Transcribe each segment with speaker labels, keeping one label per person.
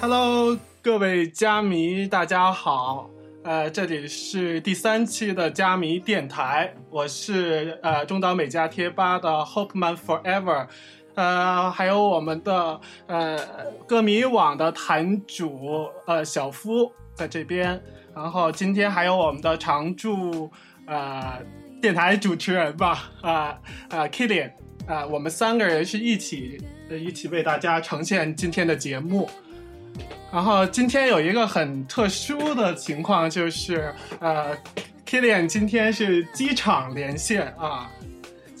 Speaker 1: Hello，各位家迷，大家好。呃，这里是第三期的家迷电台，我是呃中岛美嘉贴吧的 Hope Man Forever，呃，还有我们的呃歌迷网的坛主呃小夫在这边，然后今天还有我们的常驻呃电台主持人吧，啊、呃、啊 Kilian，啊、我们三个人是一起呃一起为大家呈现今天的节目。然后今天有一个很特殊的情况，就是呃，Kilian 今天是机场连线啊，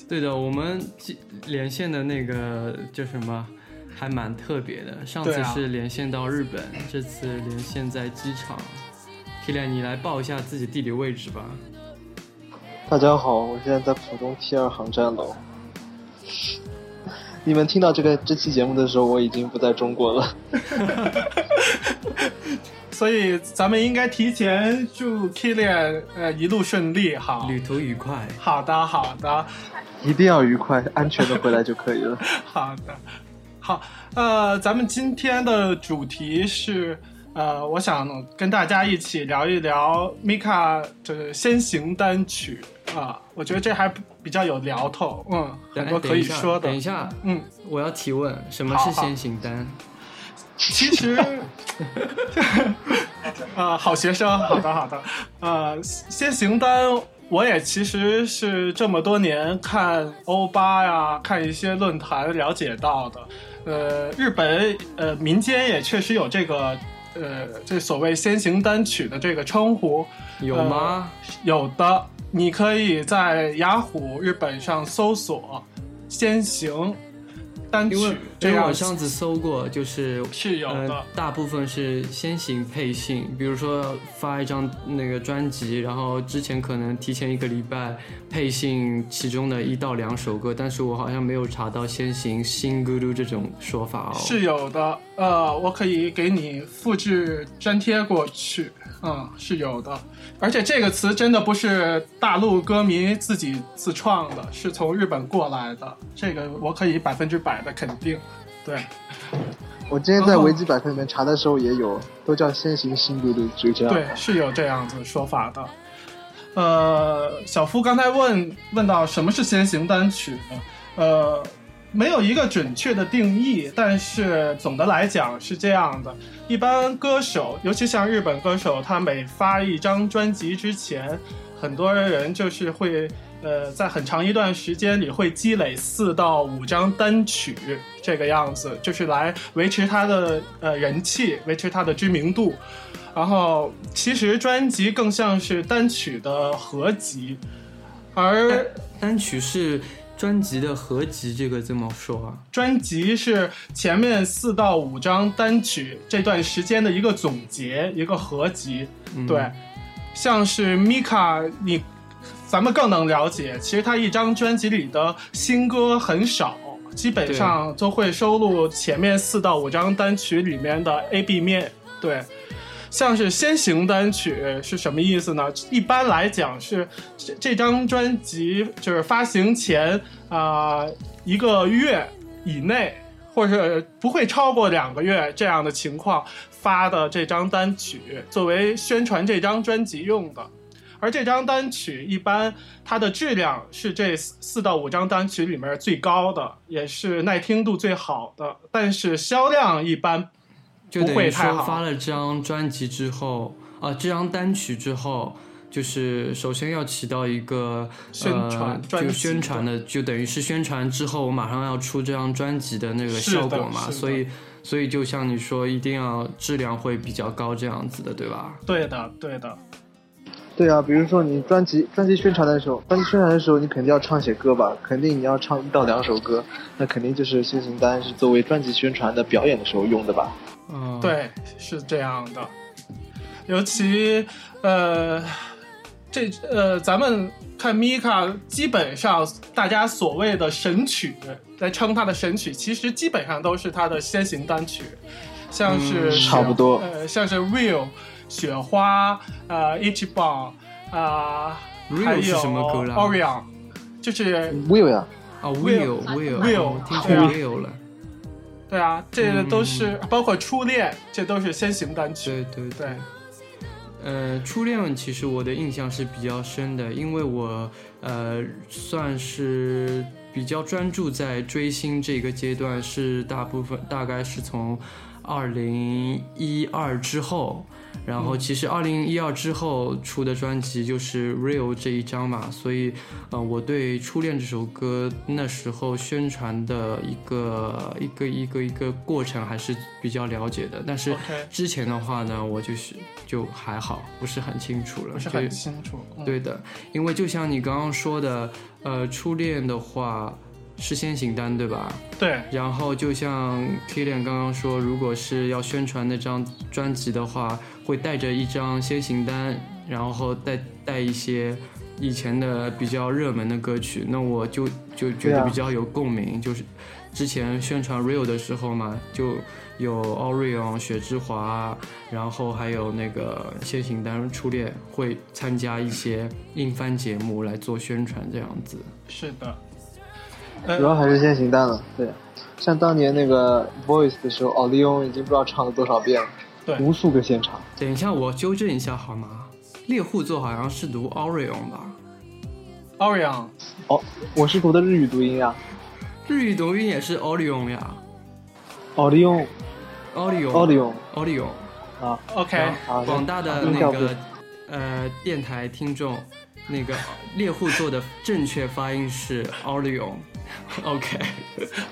Speaker 2: 对的，我们机连线的那个叫什么，还蛮特别的。上
Speaker 1: 对
Speaker 2: 次
Speaker 1: 啊
Speaker 2: 是连线到日本，这次连线在机场。Kilian，你来报一下自己地理位置吧。
Speaker 3: 大家好，我现在在浦东 T 二航站楼。 你们听到这个这期节目的时候，我已经不在中国了。
Speaker 1: 所以咱们应该提前祝 Kilian 呃一路顺利，好。
Speaker 2: 旅途愉快。
Speaker 1: 好的，好的，
Speaker 3: 一定要愉快、安全的回来就可以了。
Speaker 1: 好的，好，呃，咱们今天的主题是，呃，我想跟大家一起聊一聊 Mika 就是先行单曲啊、我觉得这还比较有聊头，嗯，很多
Speaker 2: 哎
Speaker 1: 可以说的
Speaker 2: 等一，下，等一下
Speaker 1: 嗯，
Speaker 2: 我要提问，什么
Speaker 1: 好
Speaker 2: 是
Speaker 1: 好
Speaker 2: 先行单？
Speaker 1: 其实， 啊，好学生，好的好的，呃，先行单，我也其实是这么多年看欧巴呀，看一些论坛了解到的，呃，日本呃民间也确实有这个。呃，这所谓先行单曲的这个称呼，
Speaker 2: 有
Speaker 1: 呃
Speaker 2: 吗？
Speaker 1: 有的，你可以在雅虎日本上搜索“先行单
Speaker 2: 因为
Speaker 1: 曲”，这
Speaker 2: 因为
Speaker 1: 样
Speaker 2: 我上次搜过，就是
Speaker 1: 是有的
Speaker 2: 呃，大部分是先行配信，比如说发一张那个专辑，然后之前可能提前一个礼拜配信其中的一到两首歌，但是我好像没有查到先行新咕噜这种说法哦。
Speaker 1: 是有的，呃，我可以给你复制粘贴过去，嗯，是有的。而且这个词真的不是大陆歌迷自己自创的，是从日本过来的，这个我可以百分之百的肯定。对，
Speaker 3: 我今天在维基百科里面查的时候也有，都叫先行新嘟嘟，就这样。
Speaker 1: 对，是有这样子说法的。呃，小夫刚才问问到什么是先行单曲呢？呃，没有一个准确的定义，但是总的来讲是这样的：一般歌手，尤其像日本歌手，他每发一张专辑之前，很多人就是会呃，在很长一段时间里会积累四到五张单曲这个样子，就是来维持他的呃人气，维持他的知名度。然后，其实专辑更像是单曲的合集，而
Speaker 2: 单曲是专辑的合集，这个怎么说啊？
Speaker 1: 专辑是前面四到五张单曲这段时间的一个总结，一个合集。
Speaker 2: 嗯
Speaker 1: 对，像是 Mika，你咱们更能了解，其实他一张专辑里的新歌很少。基本上都会收录前面四到五张单曲里面的 A、B 面，对，像是先行单曲是什么意思呢？一般来讲是这这张专辑就是发行前啊、一个月以内，或者不会超过两个月这样的情况发的这张单曲，作为宣传这张专辑用的。而这张单曲一般它的质量是这四四到五张单曲里面最高的，也是耐听度最好的，但是销量一般
Speaker 2: 就等
Speaker 1: 不会
Speaker 2: 于
Speaker 1: 太
Speaker 2: 说
Speaker 1: 好
Speaker 2: 发了这张专辑之后，啊、这张单曲之后，就是首先要起到一个
Speaker 1: 宣传
Speaker 2: 呃、
Speaker 1: 专
Speaker 2: 就
Speaker 1: 辑
Speaker 2: 宣传的，就等于是宣传之后，我马上要出这张专辑的那个
Speaker 1: 是的
Speaker 2: 效果嘛，
Speaker 1: 是的
Speaker 2: 所以所以就像你说，一定要质量会比较高这样子的，对吧？
Speaker 1: 对的，对的。
Speaker 3: 对啊，比如说你专辑专辑宣传的时候，专辑宣传的时候，你肯定要唱些歌吧？肯定你要唱一到两首歌，那肯定就是先行单是作为专辑宣传的表演的时候用的吧？
Speaker 2: 嗯、，
Speaker 1: 对，是这样的。尤其呃，这呃，咱们看 Mika，基本上大家所谓的神曲来称它的神曲，其实基本上都是它的先行单曲，像是、
Speaker 3: 嗯差不多
Speaker 1: 呃，像是 Will、雪花、呃 Ichiban 啊、
Speaker 2: Real
Speaker 1: 还有
Speaker 2: 是什么歌啦
Speaker 1: Orion，就是
Speaker 3: Will 呀、
Speaker 2: 啊，Will Will，
Speaker 1: Will，
Speaker 2: 我听
Speaker 1: 对啊
Speaker 2: 成 Will 了，
Speaker 1: 对啊，这个都是、
Speaker 2: 嗯
Speaker 1: 包括初恋，这都是先行单曲。
Speaker 2: 对对对
Speaker 1: 对，
Speaker 2: 呃，初恋其实我的印象是比较深的，因为我呃算是比较专注在追星这个阶段，是大部分大概是从二零一二之后，然后其实二零一二之后出的专辑就是《Real》这一张嘛，所以呃我对《初恋》这首歌那时候宣传的一个一个一个一个过程还是比较了解的，但是
Speaker 1: OK
Speaker 2: 之前的话呢，我就是就还好，不是很清楚了，
Speaker 1: 不是
Speaker 2: 就
Speaker 1: 很清楚。嗯、
Speaker 2: 对的，因为就像你刚刚说的，呃，初恋的话是先行单，对吧？
Speaker 1: 对，
Speaker 2: 然后就像 Kilian 刚刚说，如果是要宣传那张专辑的话，会带着一张先行单，然后带带一些以前的比较热门的歌曲，那我就就觉
Speaker 3: 对
Speaker 2: 得
Speaker 3: 啊
Speaker 2: 比较有共鸣，就是之前宣传 Real 的时候嘛，就有 Orion、雪之华，然后还有那个先行单初恋会参加一些硬番节目来做宣传，这样子。
Speaker 1: 是的。
Speaker 3: 主要还是先行单了。对，像当年那个 Voice 的时候，奥利翁已经不知道唱了多少遍了，
Speaker 1: 对
Speaker 3: 无数个现场。
Speaker 2: 等一下，我纠正一下好吗？猎户座好像是读 Orion 吧？
Speaker 1: Orion，
Speaker 3: 哦，我是读的日语读音啊，
Speaker 2: 日语读音也是 Orion 呀
Speaker 3: 奥利翁，奥利
Speaker 2: ，Orion，Orion。
Speaker 3: 翁啊，
Speaker 1: OK，
Speaker 3: 好的
Speaker 2: 广大的
Speaker 3: 嗯
Speaker 2: 那
Speaker 3: 要不
Speaker 2: 个呃电台听众，那个猎户座的正确发音是 Orion。OK，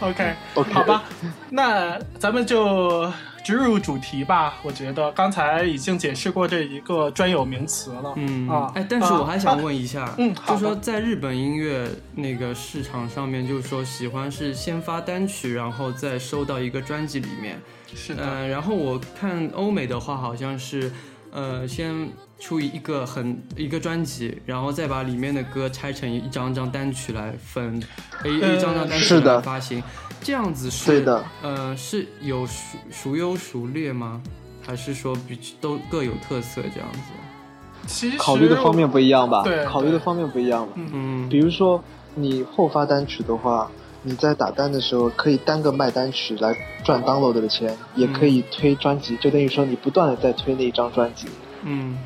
Speaker 1: OK，
Speaker 3: OK
Speaker 1: 好吧，那咱们就直入主题吧。我觉得刚才已经解释过这一个专有名词了。
Speaker 2: 嗯，
Speaker 1: 啊，
Speaker 2: 哎，但是我还想
Speaker 1: 啊
Speaker 2: 问一下，
Speaker 1: 嗯好
Speaker 2: 就
Speaker 1: 的
Speaker 2: 说在日本音乐那个市场上面，就是说喜欢是先发单曲，然后再收到一个专辑里面，
Speaker 1: 是
Speaker 3: 嗯
Speaker 1: 的，
Speaker 2: 呃，然后我看欧美的话，好像是，呃，先出一个很一个专辑，然后再把里面的歌拆成一张张单曲来分，一一张张单曲
Speaker 3: 呃是的
Speaker 2: 来发行，这样子是，
Speaker 3: 对的，
Speaker 2: 呃，是有孰孰优孰劣吗？还是说比都各有特色这样子？
Speaker 1: 其实
Speaker 3: 考虑的方面不一样吧？
Speaker 1: 对
Speaker 3: 考虑的
Speaker 1: 对
Speaker 3: 方面不一样吧？
Speaker 2: 嗯
Speaker 3: 比如说你后发单曲的话，你在打单的时候可以单个卖单曲来赚 download 的钱，也可
Speaker 1: 嗯
Speaker 3: 以推专辑，就等于说你不断的在推那一张专辑。
Speaker 2: 嗯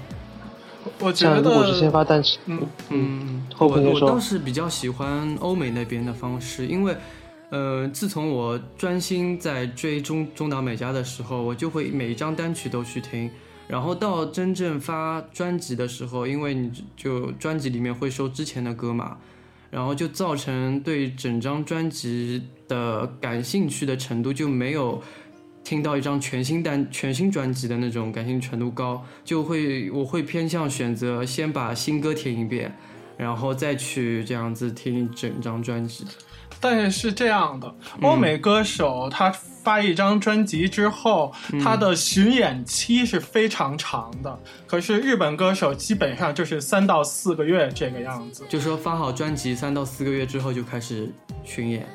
Speaker 1: 我觉得
Speaker 3: 像如果是先发单曲，
Speaker 1: 嗯，
Speaker 2: 嗯，
Speaker 3: 后
Speaker 2: 我
Speaker 3: 面就
Speaker 2: 我
Speaker 3: 说
Speaker 2: 倒是比较喜欢欧美那边的方式，因为，呃，自从我专心在追中中岛美嘉的时候，我就会每一张单曲都去听。然后到真正发专辑的时候，因为你就专辑里面会收之前的歌嘛，然后就造成对整张专辑的感兴趣的程度就没有听到一张全新单、全新专辑的那种感兴趣程度高，就会我会偏向选择先把新歌听一遍，然后再去这样子听整张专辑。
Speaker 1: 但是是这样的，
Speaker 3: 嗯
Speaker 1: 欧美歌手他发一张专辑之后，
Speaker 3: 嗯
Speaker 1: 他的巡演期是非常长的。可是日本歌手基本上就是三到四个月这个样子，
Speaker 2: 就说发好专辑三到四个月之后就开始巡演。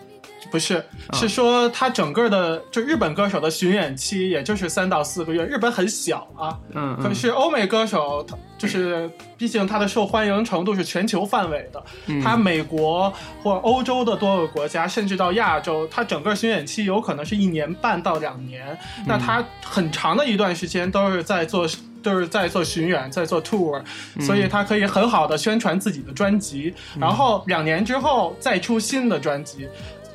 Speaker 1: 不是，是说他整个的就日本歌手的巡演期也就是三到四个月。日本很小啊，
Speaker 2: 嗯，嗯
Speaker 1: 可是欧美歌手他就是，毕竟他的受欢迎程度是全球范围的，
Speaker 2: 嗯
Speaker 1: 他美国或欧洲的多个国家，甚至到亚洲，他整个巡演期有可能是一年半到两年，那他很长的一段时间都是在做。都是在做巡演，在做 tour，所以他可以很好的宣传自己的专辑，然后两年之后再出新的专辑，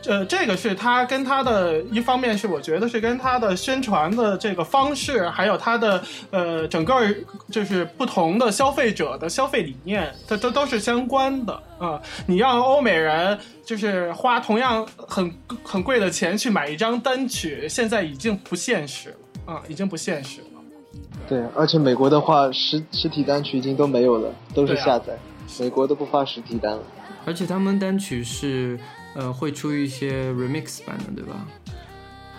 Speaker 1: 呃，这个是他跟他的一方面是我觉得是跟他的宣传的这个方式，还有他的呃整个儿就是不同的消费者的消费理念，它都都是相关的啊、你让欧美人就是花同样很很贵的钱去买一张单曲，现在已经不现实了啊、已经不现实了。
Speaker 3: 对，而且美国的话，实实体单曲已经都没有了，都是
Speaker 1: 对啊
Speaker 3: 下载，美国都不发实体单了。
Speaker 2: 而且他们单曲是呃会出一些 remix 版的，对吧？
Speaker 1: 呃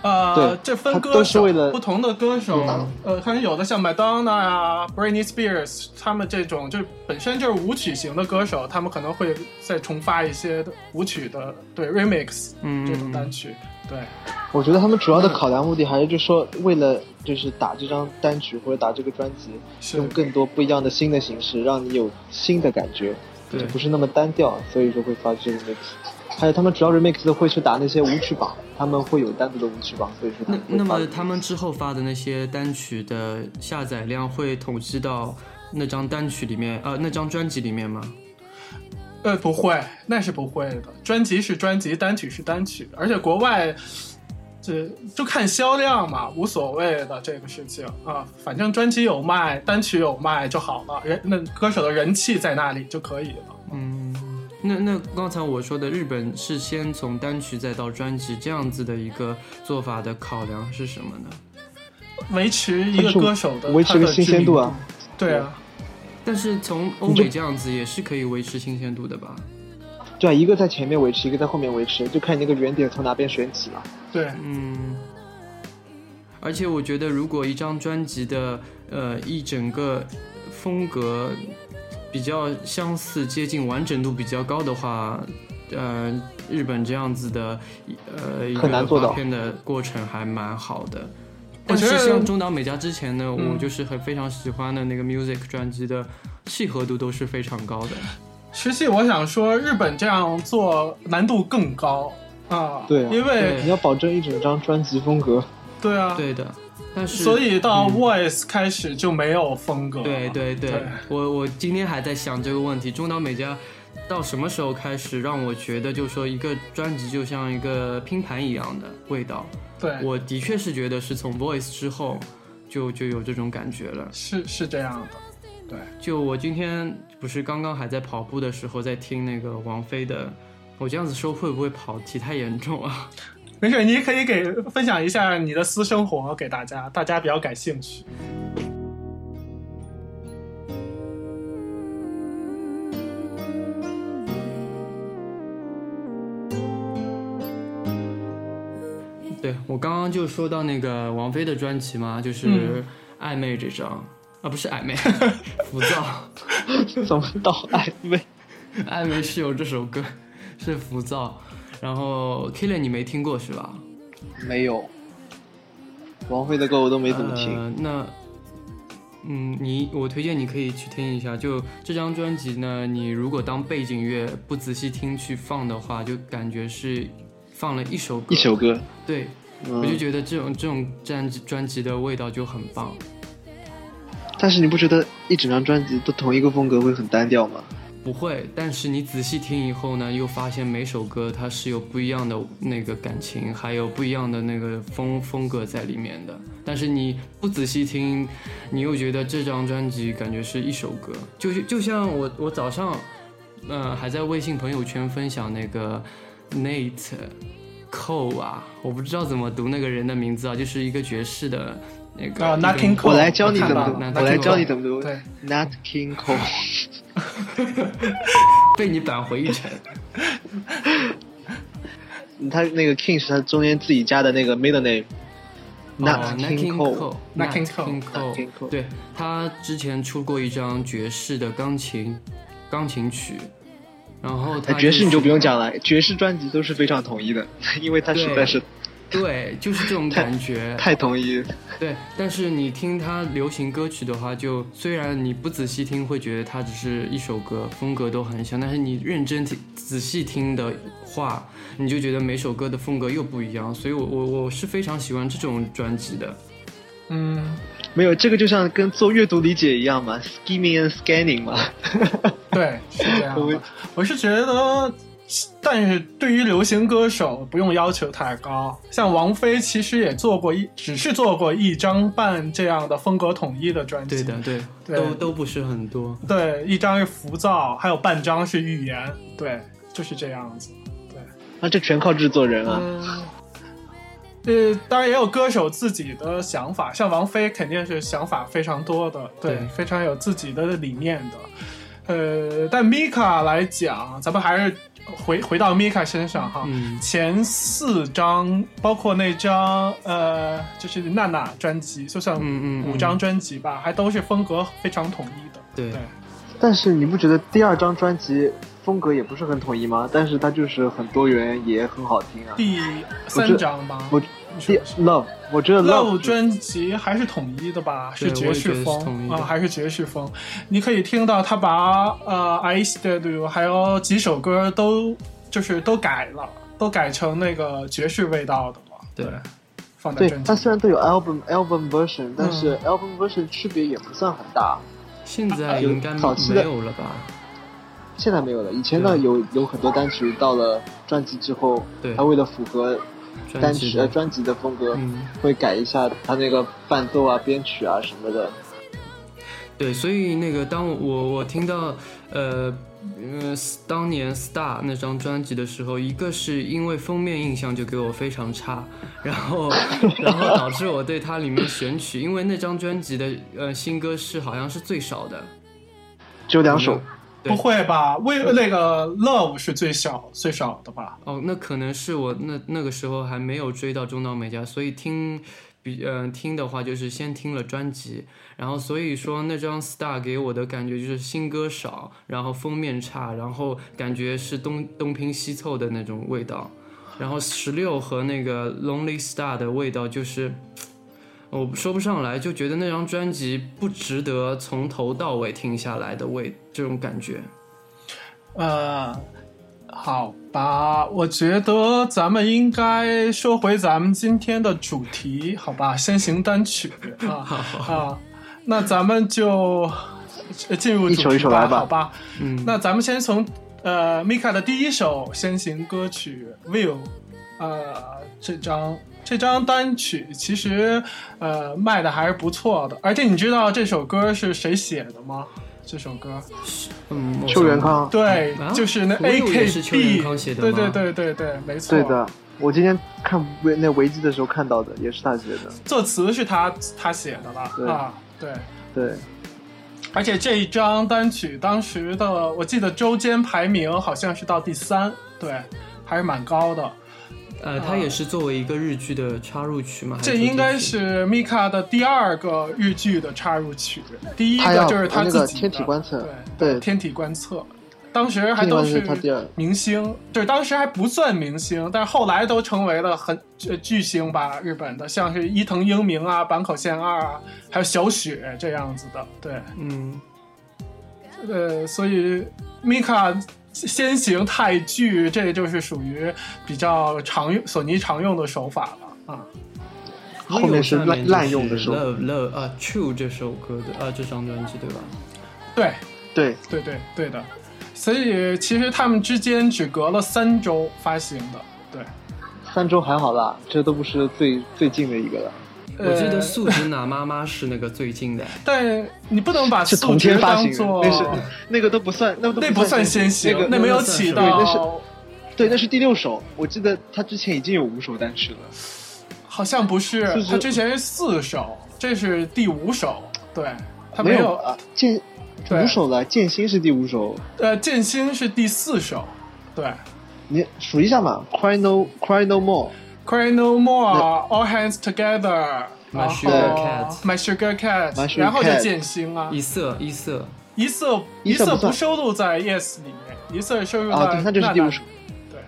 Speaker 3: 对，
Speaker 1: 这分
Speaker 3: 他
Speaker 1: 歌
Speaker 3: 都是
Speaker 1: 手
Speaker 3: 为了
Speaker 1: 不同的歌手，呃，可能有的像 Madonna 啊、Britney Spears 他们这种，就是本身就是舞曲型的歌手，他们可能会再重发一些舞曲的对 remix
Speaker 2: 嗯
Speaker 1: 这种单曲，对，
Speaker 3: 我觉得他们主要的考量目的还是就说为了就是打这张单曲或者打这个专辑，
Speaker 1: 是
Speaker 3: 用更多不一样的新的形式，让你有新的感觉，
Speaker 2: 对
Speaker 3: 就不是那么单调，所以说会发这个问题。还有他们主要 remix 的会去打那些舞曲榜，他们会有单独的舞曲榜，所以说他
Speaker 2: 那那
Speaker 3: 们会发
Speaker 2: 么他们之后发的那些单曲的下载量会统计到那张单曲里面，呃，那张专辑里面吗？
Speaker 1: 呃，不会，那是不会的。专辑是专辑，单曲是单曲，而且国外这就看销量嘛，无所谓的这个事情啊。反正专辑有卖，单曲有卖就好了，人那歌手的人气在那里就可以了。
Speaker 2: 嗯，那那刚才我说的日本是先从单曲再到专辑这样子的一个做法的考量是什么呢？
Speaker 1: 维持一个歌手的
Speaker 3: 维持
Speaker 1: 他
Speaker 3: 个
Speaker 1: 的
Speaker 3: 新
Speaker 1: 知
Speaker 3: 鲜
Speaker 1: 名
Speaker 3: 度啊。
Speaker 1: 对啊，
Speaker 2: 但是从欧美这样子也是可以维持新鲜度的吧？
Speaker 3: 对啊，一个在前面维持，一个在后面维持，就看你那个原点从哪边选起了。
Speaker 1: 对，
Speaker 2: 嗯，而且我觉得，如果一张专辑的呃一整个风格比较相似、接近、完整度比较高的话，呃，日本这样子的呃一
Speaker 3: 很
Speaker 2: 个
Speaker 3: 难做到
Speaker 2: 发片的过程还蛮好的。
Speaker 1: 我
Speaker 2: 但
Speaker 1: 觉
Speaker 2: 是
Speaker 1: 得
Speaker 2: 像中岛美嘉之前呢，
Speaker 1: 嗯
Speaker 2: 我就是很非常喜欢的那个 music 专辑的契合度都是非常高的。
Speaker 1: 实际我想说，日本这样做难度更高啊。
Speaker 3: 对啊
Speaker 1: 因为
Speaker 2: 对
Speaker 3: 你要保证一整张专辑风格，
Speaker 1: 对啊，
Speaker 2: 对的，但是
Speaker 1: 所以到
Speaker 2: 嗯
Speaker 1: Voice 开始就没有风格了。
Speaker 2: 对对对，
Speaker 1: 对
Speaker 2: 我我今天还在想这个问题，中岛美嘉到什么时候开始让我觉得，就是说一个专辑就像一个拼盘一样的味道。
Speaker 1: 对，
Speaker 2: 我的确是觉得是从 Voice 之后就就有这种感觉了。
Speaker 1: 是是这样的。对，
Speaker 2: 就我今天不是刚刚还在跑步的时候，在听那个王菲的。我这样子说会不会跑题太严重啊？
Speaker 1: 没事，你可以给分享一下你的私生活给大家，大家比较感兴趣。
Speaker 2: 对我刚刚就说到那个王菲的专辑嘛，就是
Speaker 1: 嗯
Speaker 2: 《暧昧》这张、啊，不是暧昧， 浮躁。
Speaker 3: 怎么到暧昧？
Speaker 2: 《暧昧室友》这首歌 是浮躁，然后 Killer 你没听过是吧？
Speaker 3: 没有，王菲的歌我都没怎么听。
Speaker 2: 呃、那嗯，你我推荐你可以去听一下。就这张专辑呢，你如果当背景乐不仔细听去放的话，就感觉是放了一首歌。
Speaker 3: 一首歌，
Speaker 2: 对，
Speaker 3: 嗯
Speaker 2: 我就觉得这种这种专辑专辑的味道就很棒。
Speaker 3: 但是你不觉得一整张专辑都同一个风格会很单调吗？
Speaker 2: 不会，但是你仔细听以后呢，又发现每首歌它是有不一样的那个感情，还有不一样的那个风风格在里面的。但是你不仔细听，你又觉得这张专辑感觉是一首歌，就是就像我我早上，呃，还在微信朋友圈分享那个 Nate Cole 啊，我不知道怎么读那个人的名字啊，就是一个爵士的那个
Speaker 1: 啊
Speaker 2: 一个
Speaker 1: ，Notting
Speaker 3: 我
Speaker 1: Cole
Speaker 3: 来教你怎么
Speaker 1: 我
Speaker 3: 读
Speaker 1: 看，
Speaker 2: 到
Speaker 3: 我
Speaker 2: 了
Speaker 3: 来教你怎么读。
Speaker 1: 对
Speaker 3: Nat King Cole，
Speaker 2: 被你扳回一城。
Speaker 3: 他那个 King 是他中间自己加的那个 middle name。
Speaker 2: 哦
Speaker 3: Nat King Cole，
Speaker 1: Nat King Cole
Speaker 2: Cole，Nat
Speaker 3: Nat King Cole
Speaker 2: 对他之前出过一张爵士的钢琴钢琴曲，然后他
Speaker 3: 哎爵士你就不用
Speaker 2: 是
Speaker 3: 讲了，爵士专辑都是非常统一的， 因为它实在是
Speaker 2: 对，就是这种感觉，
Speaker 3: 太统一。
Speaker 2: 对。但是你听他流行歌曲的话，就虽然你不仔细听会觉得它只是一首歌，风格都很像，但是你认真听、仔细听的话，你就觉得每首歌的风格又不一样。所以我我我是非常喜欢这种专辑的。
Speaker 1: 嗯，
Speaker 3: 没有这个就像跟做阅读理解一样嘛，skimming and scanning 嘛。
Speaker 1: 对，是这样的
Speaker 3: 我。
Speaker 1: 我是觉得，但是对于流行歌手不用要求太高。像王菲其实也做过一，只是做过一张半这样的风格统一的专辑。
Speaker 2: 对的，对，
Speaker 1: 对
Speaker 2: 都都不是很多。
Speaker 1: 对，一张是浮躁，还有半张是预言。对，就是这样子。
Speaker 3: 那这全靠制作人啊。
Speaker 2: 嗯
Speaker 1: 呃，当然也有歌手自己的想法，像王菲肯定是想法非常多的，对，
Speaker 2: 对
Speaker 1: 非常有自己的理念的。呃，但 Mika 来讲，咱们还是回回到 Mika 身上哈。
Speaker 2: 嗯
Speaker 1: 前四张，包括那张呃，就是娜娜专辑，就算
Speaker 2: 嗯嗯嗯
Speaker 1: 五张专辑吧，还都是风格非常统一的。
Speaker 2: 对
Speaker 1: 对
Speaker 3: 但是你不觉得第二张专辑风格也不是很统一吗？但是它就是很多元，也很好听啊。
Speaker 1: 第三张吗？
Speaker 3: 我
Speaker 1: 你
Speaker 3: 第
Speaker 1: 说是
Speaker 3: Love，我觉得
Speaker 1: Love
Speaker 3: Love
Speaker 1: 专辑还是统一的吧，
Speaker 2: 对
Speaker 1: 是爵士
Speaker 2: 我也觉得是统
Speaker 1: 风
Speaker 2: 一
Speaker 1: 啊、
Speaker 2: 的
Speaker 1: 还是爵士风。你可以听到他把呃《I Still Do》还有几首歌都就是都改了，都改成那个爵士味道的了。对，
Speaker 2: 对
Speaker 1: 放在
Speaker 3: 对
Speaker 1: 专，辑
Speaker 3: 它虽然都有 album album version，但是 album version 区别也不算很大。
Speaker 2: 现在应该
Speaker 3: 早期
Speaker 2: 没
Speaker 3: 的
Speaker 2: 有了吧？
Speaker 3: 现在没有了，以前呢
Speaker 2: 对
Speaker 3: 有有很多单曲到了专辑之后，
Speaker 2: 对
Speaker 3: 它，为了符合单
Speaker 2: 专辑
Speaker 3: 曲呃
Speaker 2: 的，
Speaker 3: 专辑的风格，
Speaker 2: 嗯，
Speaker 3: 会改一下它那个伴奏啊、编曲啊什么的。
Speaker 2: 对，所以那个当我我听到，呃，呃，当年 Star 那张专辑的时候，一个是因为封面印象就给我非常差，然后 然后导致我对它里面选曲，因为那张专辑的呃新歌是好像是最少的，
Speaker 3: 只有两首，
Speaker 2: 对
Speaker 1: 不会吧？为那个 Love 是最少最少的吧？
Speaker 2: 哦，那可能是我那那个时候还没有追到中岛美嘉，所以听比嗯、听的话就是先听了专辑，然后所以说那张 Star 给我的感觉就是新歌少，然后封面差，然后感觉是东东拼西凑的那种味道，然后十六和那个 Lonely Star 的味道就是。我说不上来，就觉得那张专辑不值得从头到尾听下来的味，这种感觉。
Speaker 1: 呃，好吧，我觉得咱们应该说回咱们今天的主题，好吧？先行单曲 啊啊，那咱们就呃进入
Speaker 3: 一
Speaker 1: 主
Speaker 3: 首
Speaker 1: 题
Speaker 3: 一首来吧
Speaker 1: 好吧？
Speaker 2: 嗯，
Speaker 1: 那咱们先从呃 Mika 的第一首先行歌曲《Will》，呃，这张这张单曲其实呃卖的还是不错的，而且你知道这首歌是谁写的吗？这首歌
Speaker 2: 嗯，我
Speaker 3: 邱元
Speaker 2: 想
Speaker 3: 康。
Speaker 1: 对，
Speaker 2: 啊
Speaker 1: 就是那
Speaker 2: 我以
Speaker 1: AKB，
Speaker 2: 为是邱元康写的
Speaker 1: 对
Speaker 2: 吗
Speaker 1: 对对对对，没错，
Speaker 3: 对，的，我今天看维那维基的时候看到的，也是他写的。
Speaker 1: 作词是他他写的了
Speaker 3: 对
Speaker 1: 啊，对。
Speaker 3: 对，
Speaker 1: 而且这一张单曲当时的，我记得周间排名好像是到第三，对，还是蛮高的。
Speaker 2: 呃，它也是作为一个日剧的插入曲嘛？还
Speaker 1: 这
Speaker 2: 主题
Speaker 1: 应该
Speaker 2: 曲
Speaker 1: 是 Mika 的第二个日剧的插入曲，第一
Speaker 3: 他
Speaker 1: 个
Speaker 3: 要
Speaker 1: 就是他
Speaker 3: 那
Speaker 1: 自己的
Speaker 3: 个天体观测，
Speaker 1: 对
Speaker 3: 对
Speaker 1: 天体观测，当时还
Speaker 3: 天体
Speaker 1: 都
Speaker 3: 观测是他第二
Speaker 1: 明星，对，当时还不算明星，但是后来都成为了很呃巨星吧，日本的，像是伊藤英明啊、坂口宪二啊，还有小雪这样子的，对，
Speaker 2: 嗯，
Speaker 1: 呃，所以 Mika 先行泰剧，这就是属于比较常用索尼常用的手法了啊。
Speaker 3: 后面是滥滥用的
Speaker 2: 时
Speaker 3: 时
Speaker 2: 候
Speaker 3: 候
Speaker 2: Love Love 啊 True 这首歌的啊这张专辑对吧？
Speaker 1: 对，
Speaker 3: 对，
Speaker 1: 对对对的，所以其实他们之间只隔了三周发行的，对。
Speaker 3: 三周还好啦，这都不是最最近的一个了。
Speaker 2: 我记得
Speaker 1: 呃
Speaker 2: 素质哪妈妈是那个最近的，
Speaker 1: 但你不能把
Speaker 3: 是
Speaker 1: 素
Speaker 3: 同
Speaker 1: 质
Speaker 3: 天发
Speaker 1: 当
Speaker 3: 行的
Speaker 1: 做，
Speaker 3: 那是那个都不算，那个都
Speaker 1: 那不算先行，
Speaker 3: 那个
Speaker 1: 没有
Speaker 2: 那
Speaker 1: 起
Speaker 2: 算
Speaker 3: 是对那
Speaker 1: 到
Speaker 3: 是，对，那是第六首。我记得他之前已经有五首单曲了。
Speaker 1: 好像不是
Speaker 3: 是，是
Speaker 1: 他之前是四首，这是第五首，对，他
Speaker 3: 没
Speaker 1: 有，
Speaker 3: 啊，剑
Speaker 1: 对
Speaker 3: 五首了，剑心是第五首，
Speaker 1: 呃，剑心是第四首，对
Speaker 3: 你数一下嘛，Cry No Cry No More，
Speaker 1: ，Cry No More，All Hands Together。
Speaker 2: My
Speaker 1: 然后
Speaker 2: Sugar Cat
Speaker 1: My Sugar
Speaker 3: My
Speaker 1: Cat，
Speaker 3: Sugar
Speaker 1: 然后就
Speaker 3: Cat
Speaker 1: 剑心啊，
Speaker 2: 一色一色，
Speaker 1: 一色
Speaker 3: 一色
Speaker 1: 色
Speaker 3: 不
Speaker 1: 不
Speaker 3: 算
Speaker 1: 收录在 Yes 里面，一色收录在
Speaker 3: 啊，对，那就是第五首，
Speaker 1: 对，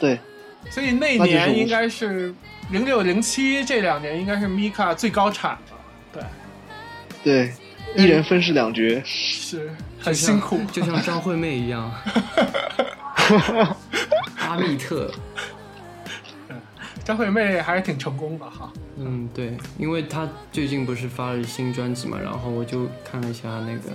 Speaker 3: 对，
Speaker 1: 所以那
Speaker 3: 那就是
Speaker 1: 年
Speaker 3: 五
Speaker 1: 应该是零六零七这两年应该是 Mika 最高产的，对，
Speaker 3: 对，一人分饰两角，
Speaker 1: 哎是很辛苦。
Speaker 2: 就像张惠妹一 样，阿密特，
Speaker 1: 张惠妹还是挺成功的哈。
Speaker 2: 嗯对，因为她最近不是发了新专辑嘛，然后我就看了一下那个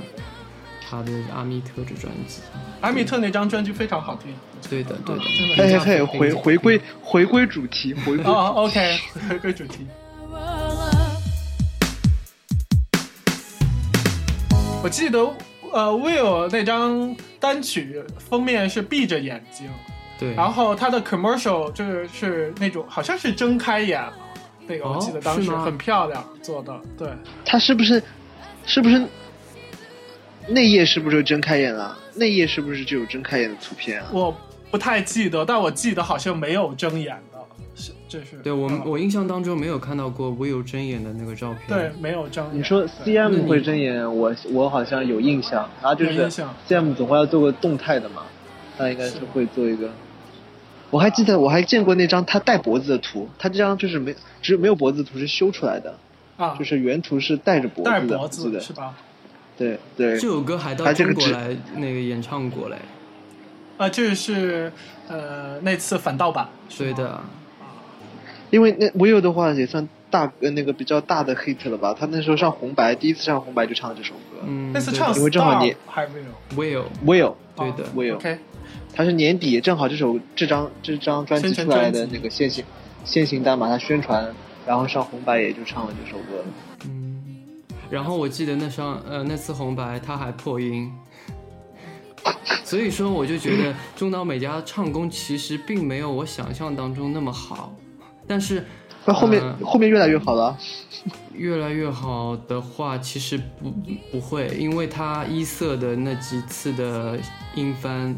Speaker 2: 她的阿密特这专辑，
Speaker 1: 阿米特那张专辑非常好 听，
Speaker 2: 对的对的，
Speaker 1: 啊真的
Speaker 3: 嘿
Speaker 2: 评
Speaker 3: 嘿
Speaker 2: 价
Speaker 3: 哎嘿，
Speaker 2: 不
Speaker 3: 回
Speaker 2: 评价
Speaker 3: 回归回归主题，回归
Speaker 1: 哦，OK，回 归主题。我记得呃，Will 那张单曲封面是闭着眼睛，
Speaker 2: 对，
Speaker 1: 然后他的 commercial 就是是那种好像是睁开眼了，那个我
Speaker 2: 哦
Speaker 1: 记得当时
Speaker 2: 是吗
Speaker 1: 很漂亮做的，对，
Speaker 3: 他是不是是不是内页是不是就睁开眼了？内页是不是就有睁开眼的图片啊？
Speaker 1: 我不太记得，但我记得好像没有睁眼的，是这是
Speaker 2: 对我
Speaker 1: 嗯
Speaker 2: 我印象当中没有看到过 Will 睁眼的那个照片，
Speaker 1: 对没有睁眼，
Speaker 3: 你说
Speaker 1: 对
Speaker 3: CM 会睁眼，我我好像有印象，然后就
Speaker 1: 有
Speaker 3: 是
Speaker 1: 印象
Speaker 3: CM 总会要做个动态的嘛，他应该是会做一个。我还记得我还见过那张他带脖子的图，他这张就是没只没有脖子图是修出来的，
Speaker 1: 啊
Speaker 3: 就，是原图是带着脖
Speaker 1: 戴
Speaker 3: 子的，
Speaker 1: 脖
Speaker 3: 我记
Speaker 1: 子
Speaker 3: 得
Speaker 1: 是吧？
Speaker 3: 对对
Speaker 2: 这首歌还到
Speaker 3: 他这
Speaker 2: 中
Speaker 3: 个
Speaker 2: 国
Speaker 3: 只
Speaker 2: 来那个演唱过嘞，
Speaker 1: 呃，这是呃那次反盗版，
Speaker 2: 对的，
Speaker 3: 因为那 Will 的话也算大呃那个比较大的 hit 了吧，他那时候上红白第一次上红白就唱了这首歌。
Speaker 2: 嗯，
Speaker 1: 那次唱
Speaker 3: 因为正好你
Speaker 1: Star 还没有，啊
Speaker 2: Will，
Speaker 3: Will
Speaker 2: 对的，
Speaker 3: Will，、
Speaker 1: OK，
Speaker 3: 他是年底正好这首这张这张专辑
Speaker 1: 宣传
Speaker 3: 出来
Speaker 1: 专
Speaker 3: 的
Speaker 1: 辑
Speaker 3: 那个现行现行单，把它宣传，然后上红白也就唱了这首歌。
Speaker 2: 嗯，然后我记得那上呃那次红白他还破音，所以说我就觉得中岛美嘉唱功其实并没有我想象当中那么好，但是
Speaker 3: 那后面、
Speaker 2: 嗯
Speaker 3: 后面越来越好了，
Speaker 2: 越来越好的话，其实不不会，因为他一色的那几次的音翻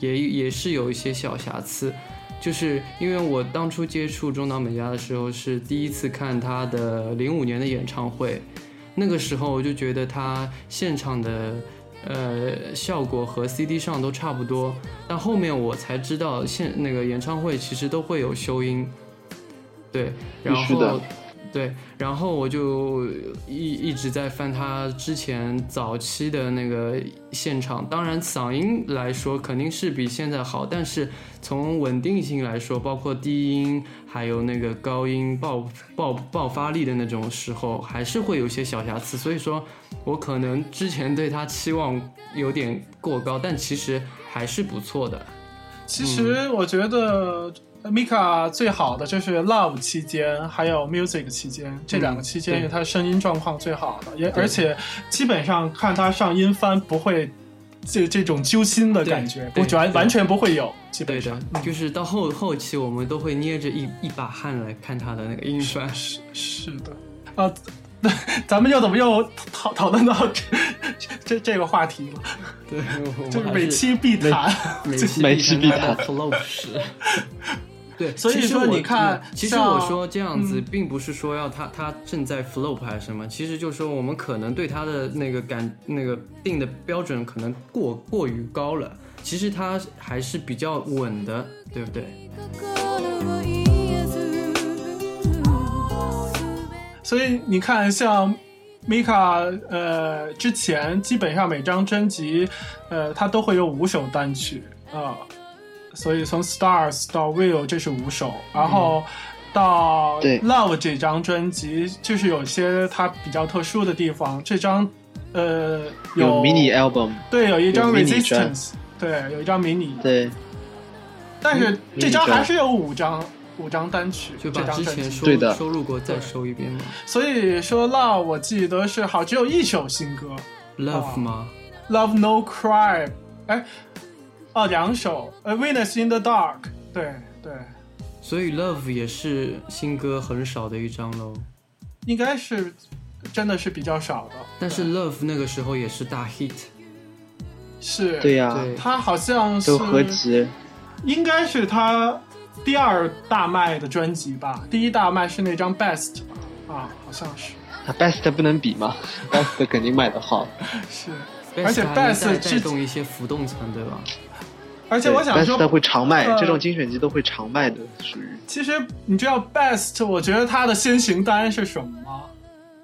Speaker 2: 也也是有一些小瑕疵，就是因为我当初接触中岛美嘉的时候是第一次看他的零五年的演唱会，那个时候我就觉得他现场的呃效果和 CD 上都差不多，但后面我才知道现那个演唱会其实都会有修音，对，然
Speaker 3: 必须的
Speaker 2: 后对，然后我就一一直在翻他之前早期的那个现场，当然嗓音来说肯定是比现在好，但是从稳定性来说，包括低音还有那个高音爆爆爆发力的那种时候，还是会有一些小瑕疵。所以说我可能之前对他期望有点过高，但其实还是不错的。
Speaker 1: 其实我觉得 Mika 最好的就是 Love 期间，还有 Music 期间这两个期间，
Speaker 2: 嗯对
Speaker 1: 是他声音状况最好的，也
Speaker 2: 对
Speaker 1: 而且基本上看他上音翻不会这这种揪心的感觉，
Speaker 2: 对
Speaker 1: 不
Speaker 2: 对
Speaker 1: 完
Speaker 2: 对
Speaker 1: 完全不会有，基
Speaker 2: 对
Speaker 1: 本上嗯
Speaker 2: 的，就是到后后期我们都会捏着一一把汗来看他的那个 音转。
Speaker 1: 是是的，啊。 咱们又怎么又讨讨论到这这这个话题了？
Speaker 2: 对，我
Speaker 1: 就是
Speaker 2: 们还
Speaker 1: 每
Speaker 2: 是
Speaker 1: 期必谈。
Speaker 2: 每期
Speaker 3: 每期必
Speaker 2: 谈
Speaker 3: 谈
Speaker 2: close。对，
Speaker 1: 所以
Speaker 2: 其实
Speaker 1: 说
Speaker 2: 我
Speaker 1: 你看
Speaker 2: 嗯其实
Speaker 1: 像嗯
Speaker 2: 我说这样子，并不是说要他他正在 flop 还是什么，其实就是说我们可能对他的那个感那个定的标准可能过过于高了，其实他还是比较稳的，对不对？
Speaker 4: 心を癒す
Speaker 1: 所以你看，像 Mika，呃，之前基本上每张专辑，呃，它都会有五首单曲啊、所以从 Stars 到 Will 这是五首，然后到
Speaker 3: 嗯对
Speaker 1: Love 这张专辑，就是有些它比较特殊的地方，这张呃有
Speaker 3: 有 mini album，
Speaker 1: 对有一张
Speaker 3: 有迷你专
Speaker 1: Resistance，对有一张迷你，
Speaker 3: 对，
Speaker 1: 但是这张
Speaker 3: 迷你专
Speaker 1: 还是有五张五张单曲，
Speaker 2: 就
Speaker 1: 这
Speaker 2: 把
Speaker 1: 张
Speaker 2: 之
Speaker 1: 专辑
Speaker 2: 前
Speaker 3: 对
Speaker 2: 收
Speaker 3: 的
Speaker 2: 收录过再收一遍嘛
Speaker 1: 所以说 Love 我记得是好只有一首新歌哦
Speaker 2: ，Love 吗？
Speaker 1: Love No Cry，哎，哦两首，呃 Venus in the Dark，对对，
Speaker 2: 所以 Love 也是新歌很少的一张喽，
Speaker 1: 应该是真的是比较少的，
Speaker 2: 但是 Love 那个时候也是大 hit，
Speaker 1: 是
Speaker 3: 对呀、
Speaker 2: 对
Speaker 1: 他好像是
Speaker 3: 都合集，
Speaker 1: 应该是他第二大卖的专辑吧，第一大卖是那张 Best 吧啊，好像是
Speaker 3: 啊 best 不能比嘛 ，best 肯定卖的好，
Speaker 1: 是。而
Speaker 2: 而
Speaker 1: 且 Bass
Speaker 2: 带
Speaker 1: 之
Speaker 2: 动一些浮动层，对吧？
Speaker 1: 而且我想说
Speaker 3: best 会常卖，
Speaker 1: 呃
Speaker 3: 这种精选集都会常卖的，属于
Speaker 1: 其实你知道 Best，我觉得它的先行单是什么吗？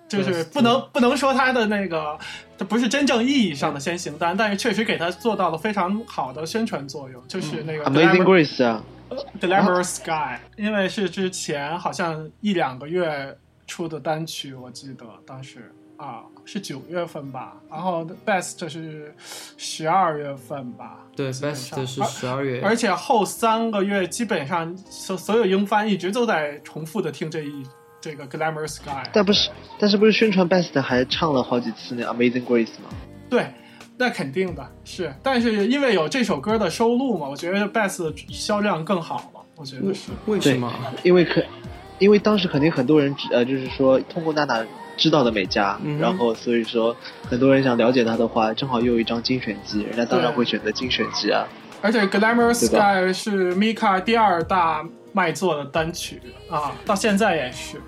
Speaker 1: 就是不能不能说它的那个，它不是真正意义上的先行单，但是确实给它做到了非常好的宣传作用，就是那个
Speaker 3: Amazing Grace 啊，
Speaker 1: Glamour Sky，因为是之前好像一两个月出的单曲，我记得当时啊是九月份吧，然后 Best 是十二月份吧，
Speaker 2: 对
Speaker 1: 基本上
Speaker 2: ，Best 是
Speaker 1: 而
Speaker 2: 十二月，
Speaker 1: 而且后三个月基本上所所有英翻一直都在重复的听这一这个 Glamour Sky，
Speaker 3: 但不是，但是不是宣传 best 还唱了好几次那 Amazing Grace 吗？
Speaker 1: 对，那肯定的是，但是因为有这首歌的收录嘛，我觉得 Best 销量更好了，我
Speaker 3: 嗯
Speaker 1: 觉得是。
Speaker 2: 为什么？
Speaker 3: 因为可，因为当时肯定很多人知呃，就是说通过娜娜知道的美嘉，
Speaker 2: 嗯哼
Speaker 3: 然后所以说很多人想了解她的话，正好又有一张精选集，人家当然
Speaker 1: 对
Speaker 3: 会选择精选集啊。
Speaker 1: 而且 Glamour
Speaker 3: 对
Speaker 1: Sky
Speaker 3: 吧
Speaker 1: 是 Mika 第二大卖座的单曲啊，到现在也是。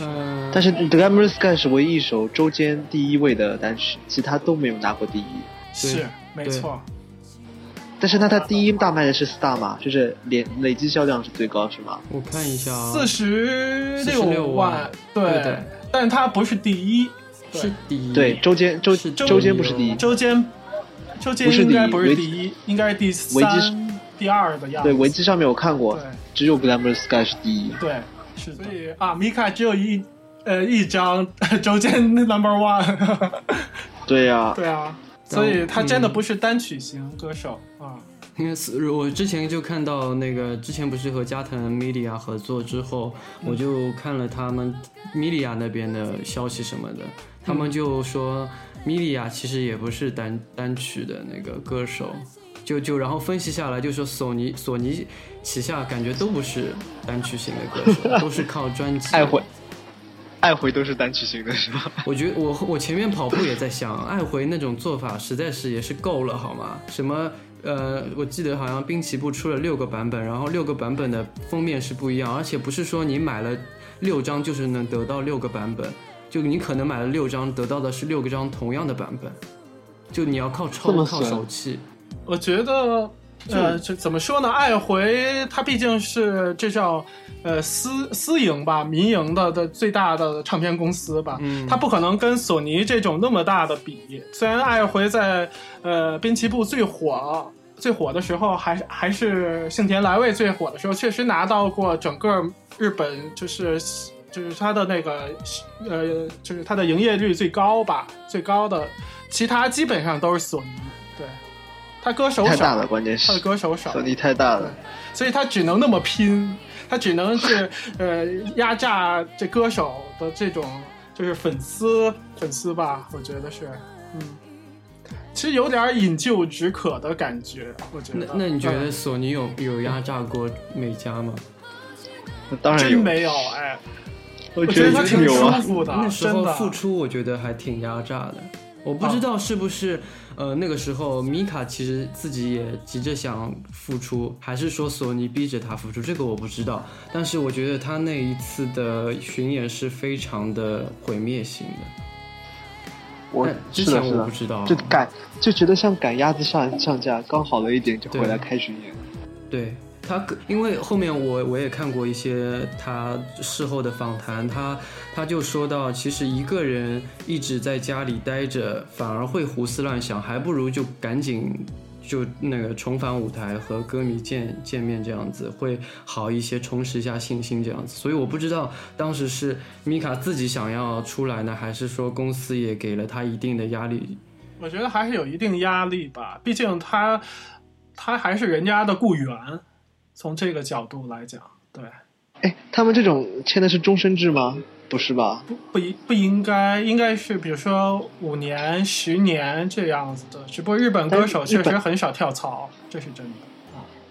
Speaker 2: 嗯，
Speaker 3: 但是 The Glamour Sky 是唯一一首周间第一位的单曲，其他都没有拿过第一。
Speaker 1: 是没错，
Speaker 3: 但是那它第一大卖的是 Star 嘛，就是连累计销量是最高是吗？
Speaker 2: 我看一下啊，
Speaker 1: 四十
Speaker 2: 46
Speaker 1: 万
Speaker 2: 万，对的
Speaker 1: 但它不是第一，对
Speaker 2: 是第一，
Speaker 3: 对，周间周
Speaker 2: 嗯是
Speaker 3: 周间不是第一，
Speaker 1: 周间，周间
Speaker 3: 不是
Speaker 1: 应该
Speaker 3: 第一
Speaker 1: 不是
Speaker 3: 维
Speaker 1: 第一，应该是第
Speaker 3: 维基
Speaker 1: 三第二的样子。
Speaker 3: 对，维基上面我看过
Speaker 1: 对，
Speaker 3: 只有 Glamour Sky 是第一。
Speaker 1: 对，是的。所以啊，米卡只有一呃一张 周间 number one，
Speaker 3: 对呀、
Speaker 1: 对啊，所以他真的不是单曲型歌手啊。
Speaker 2: 因为是我之前就看到那个，之前不是和加藤米利亚合作之后，我就看了他们米利亚那边的消息什么的，他
Speaker 3: 嗯
Speaker 2: 们就说米利亚其实也不是单单曲的那个歌手，就就然后分析下来就说索尼索尼旗下感觉都不是单曲型的歌手，都是靠专辑。
Speaker 3: 爱回，爱回都是单曲型的是吧？
Speaker 2: 我觉得我我前面跑步也在想，爱回那种做法实在是也是够了，好吗？什么呃，我记得好像滨崎步出了六个版本，然后六个版本的封面是不一样，而且不是说你买了六张就是能得到六个版本，就你可能买了六张，得到的是六个张同样的版本，就你要靠抽
Speaker 3: 这么
Speaker 2: 靠
Speaker 3: 神
Speaker 2: 手气。
Speaker 1: 我觉得，呃，这怎么说呢？爱回它毕竟是这叫呃私私营吧，民营的的最大的唱片公司吧，
Speaker 2: 嗯
Speaker 1: 它不可能跟索尼这种那么大的比。虽然爱回在呃滨崎步最火。最火的时候还是还是幸田来未最火的时候，确实拿到过整个日本就是就是它的那个呃就是它的营业率最高吧，最高的，其他基本上都是索尼。对，他歌手
Speaker 3: 太大
Speaker 1: 少，
Speaker 3: 了，关键
Speaker 1: 他的
Speaker 3: 是
Speaker 1: 歌手少
Speaker 3: 索，尼太大了。
Speaker 1: 所以他只能那么拼，他只能是 呃压榨这歌手的这种就是粉丝粉丝吧，我觉得是，嗯，其实有点饮鸩止渴的感觉，我觉
Speaker 2: 那
Speaker 1: 得。
Speaker 2: 那你觉得
Speaker 1: 嗯？
Speaker 2: 索尼有有压榨过美嘉吗？
Speaker 3: 那当然
Speaker 1: 真
Speaker 3: 有，
Speaker 1: 没有哎，
Speaker 3: 我
Speaker 1: 觉得他
Speaker 3: 一定
Speaker 1: 挺
Speaker 3: 有
Speaker 1: 舒
Speaker 3: 啊。
Speaker 1: 服的，
Speaker 2: 那时候
Speaker 1: 真的
Speaker 2: 付出，我觉得还挺压榨的。我不知道是不是，呃，那个时候米卡其实自己也急着想付出，还是说索尼逼着他付出，这个我不知道。但是我觉得他那一次的巡演是非常的毁灭性的。
Speaker 3: 我
Speaker 2: 但之
Speaker 3: 是的，
Speaker 2: 前
Speaker 3: 是
Speaker 2: 我不
Speaker 3: 的，
Speaker 2: 知道，啊
Speaker 3: 就赶就觉得像赶鸭子上上架，刚好了一点就回来开巡演。
Speaker 2: 对他可，因为后面我我也看过一些他事后的访谈，他他就说到，其实一个人一直在家里待着，反而会胡思乱想，还不如就赶紧。就那个重返舞台和歌迷见见面这样子会好一些，重拾一下信心这样子。所以我不知道当时是米卡自己想要出来呢，还是说公司也给了他一定的压力？
Speaker 1: 我觉得还是有一定压力吧，毕竟他他还是人家的雇员，从这个角度来讲，对。
Speaker 3: 哎，他们这种签的是终身制吗？不是吧？
Speaker 1: 不应不应该，应该是比如说五年、十年这样子的。只不过日本歌手
Speaker 3: 但是
Speaker 1: 确
Speaker 3: 哎日本
Speaker 1: 实很少跳槽，这是真的。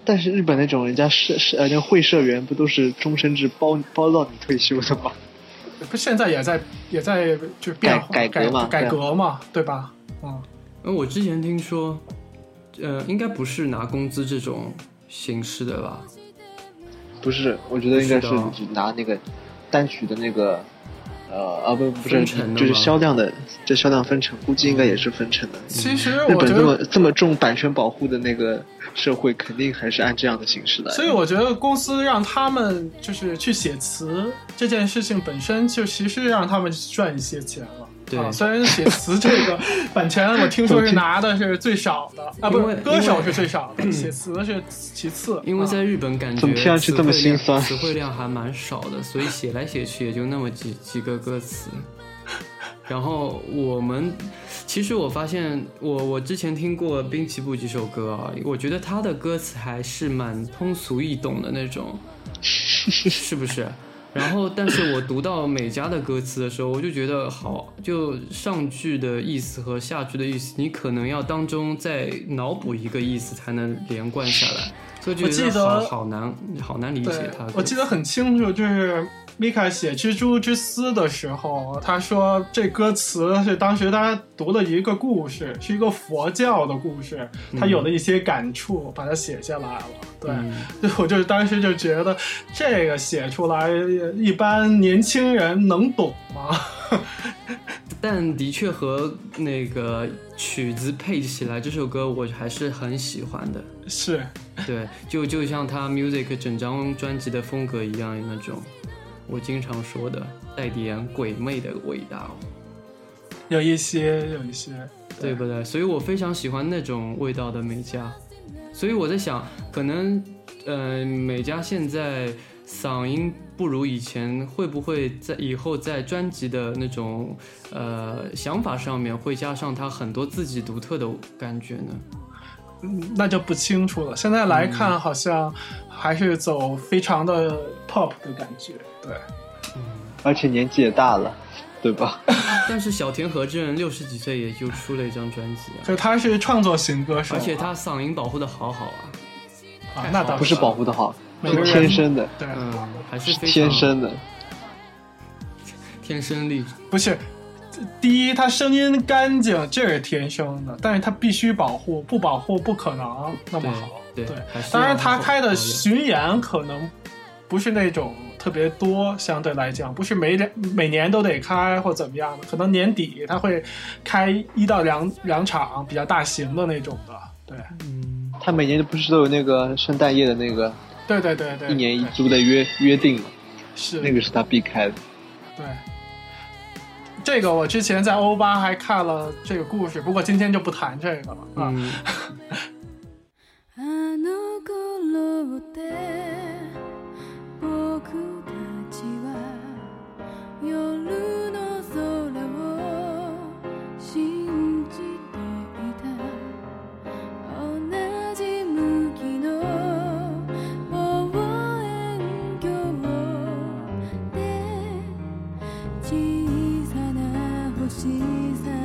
Speaker 3: 但是日本那种人家社社呃那会社员不都是终身制包包到你退休的吗？
Speaker 1: 不，现在也在也在就是变化
Speaker 3: 改改革嘛
Speaker 1: 改
Speaker 3: 对啊
Speaker 1: 革嘛，对吧？嗯，
Speaker 2: 呃，我之前听说，呃，应该不是拿工资这种形式的吧？
Speaker 3: 不是，我觉得应该
Speaker 2: 是
Speaker 3: 是
Speaker 2: 的
Speaker 3: 你只拿那个单曲的那个呃啊不不是
Speaker 2: 分成的
Speaker 3: 就是
Speaker 2: 吗
Speaker 3: 销量的这销量分成，估计应该也是分成的。
Speaker 1: 其实
Speaker 3: 日
Speaker 1: 我
Speaker 3: 本
Speaker 1: 觉
Speaker 3: 这么
Speaker 1: 得，
Speaker 3: 这么重版权保护的那个社会，肯定还是按这样的形式来的。
Speaker 1: 所以我觉得公司让他们就是去写词这件事情本身就其实让他们赚一些钱了。
Speaker 2: 对
Speaker 1: 啊，虽然写词这 个版权，我听说是拿的是最少的啊，不
Speaker 2: 因为
Speaker 1: 是歌
Speaker 2: 因
Speaker 1: 手
Speaker 2: 为
Speaker 1: 是最少 的，写词是其次。
Speaker 2: 因为
Speaker 1: 啊
Speaker 2: 在日本感觉
Speaker 3: 怎么听上去这么
Speaker 2: 词汇量
Speaker 3: 心酸
Speaker 2: 词汇量还蛮少的，所以写来写去也就那么几几个歌词。然后我们，其实我发现我我之前听过滨崎步几首歌啊，我觉得他的歌词还是蛮通俗易懂的那种， 是不是？然后，但是我读到美嘉的歌词的时候，我就觉得好，就上句的意思和下句的意思，你可能要当中再脑补一个意思才能连贯下来，所以就觉
Speaker 1: 我记得
Speaker 2: 好好难，好难理
Speaker 1: 对
Speaker 2: 解他。，
Speaker 1: 我记得很清楚，就是米卡写《蜘蛛之丝》的时候，他说这歌词是当时他读的一个故事，是一个佛教的故事，他有了一些感触，把它写下来了。 对，
Speaker 2: 嗯
Speaker 1: 就我就当时就觉得这个写出来，一般年轻人能懂吗？
Speaker 2: 但的确和那个曲子配起来，这首歌我还是很喜欢的。
Speaker 1: 是，
Speaker 2: 对，就就像他 music 整张专辑的风格一样那种，我经常说的带点鬼魅的味道，
Speaker 1: 有一些，有一些，
Speaker 2: 对不对？所以我非常喜欢那种味道的美嘉。所以我在想，可能呃美嘉现在嗓音不如以前，会不会在以后在专辑的那种呃想法上面会加上她很多自己独特的感觉呢？
Speaker 1: 嗯那就不清楚了。现在来
Speaker 2: 嗯
Speaker 1: 看，好像还是走非常的 pop 的感觉，对。
Speaker 3: 而且年纪也大了，对吧？
Speaker 2: 但是小田和之人六十几岁也就出了一张专辑啊，
Speaker 1: 就他是创作型歌手，
Speaker 2: 而且他嗓音保护的好好啊，
Speaker 1: 啊，那倒
Speaker 3: 不是保护的好，
Speaker 1: 每个
Speaker 3: 是
Speaker 1: 人
Speaker 3: 天生的，
Speaker 1: 对，
Speaker 2: 嗯，还是
Speaker 3: 是
Speaker 2: 非常
Speaker 3: 天生的。
Speaker 2: 天生丽质。
Speaker 1: 不是。第一，他声音干净，这是天生的，但是他必须保护，不保护不可能那么好。
Speaker 2: 对对还是
Speaker 1: 当然
Speaker 2: 要
Speaker 1: 他
Speaker 2: 保
Speaker 1: 开的
Speaker 2: 保
Speaker 1: 巡演可能不是那种特别多，相对来讲，不是每两每年都得开或怎么样的，可能年底他会开一到两两场比较大型的那种的。对，
Speaker 2: 嗯，
Speaker 3: 他每年不是都有那个圣诞夜的那个
Speaker 1: 对对对对，
Speaker 3: 一年一
Speaker 1: 对
Speaker 3: 租的约约定嘛，
Speaker 1: 是
Speaker 3: 那个是他避开的。
Speaker 1: 对，这个我之前在欧巴还看了这个故事，不过今天就不谈这个了啊。
Speaker 2: 嗯
Speaker 4: あの頃って僕たちは夜の空を信じていた同じ向きの望遠鏡で小さな星さ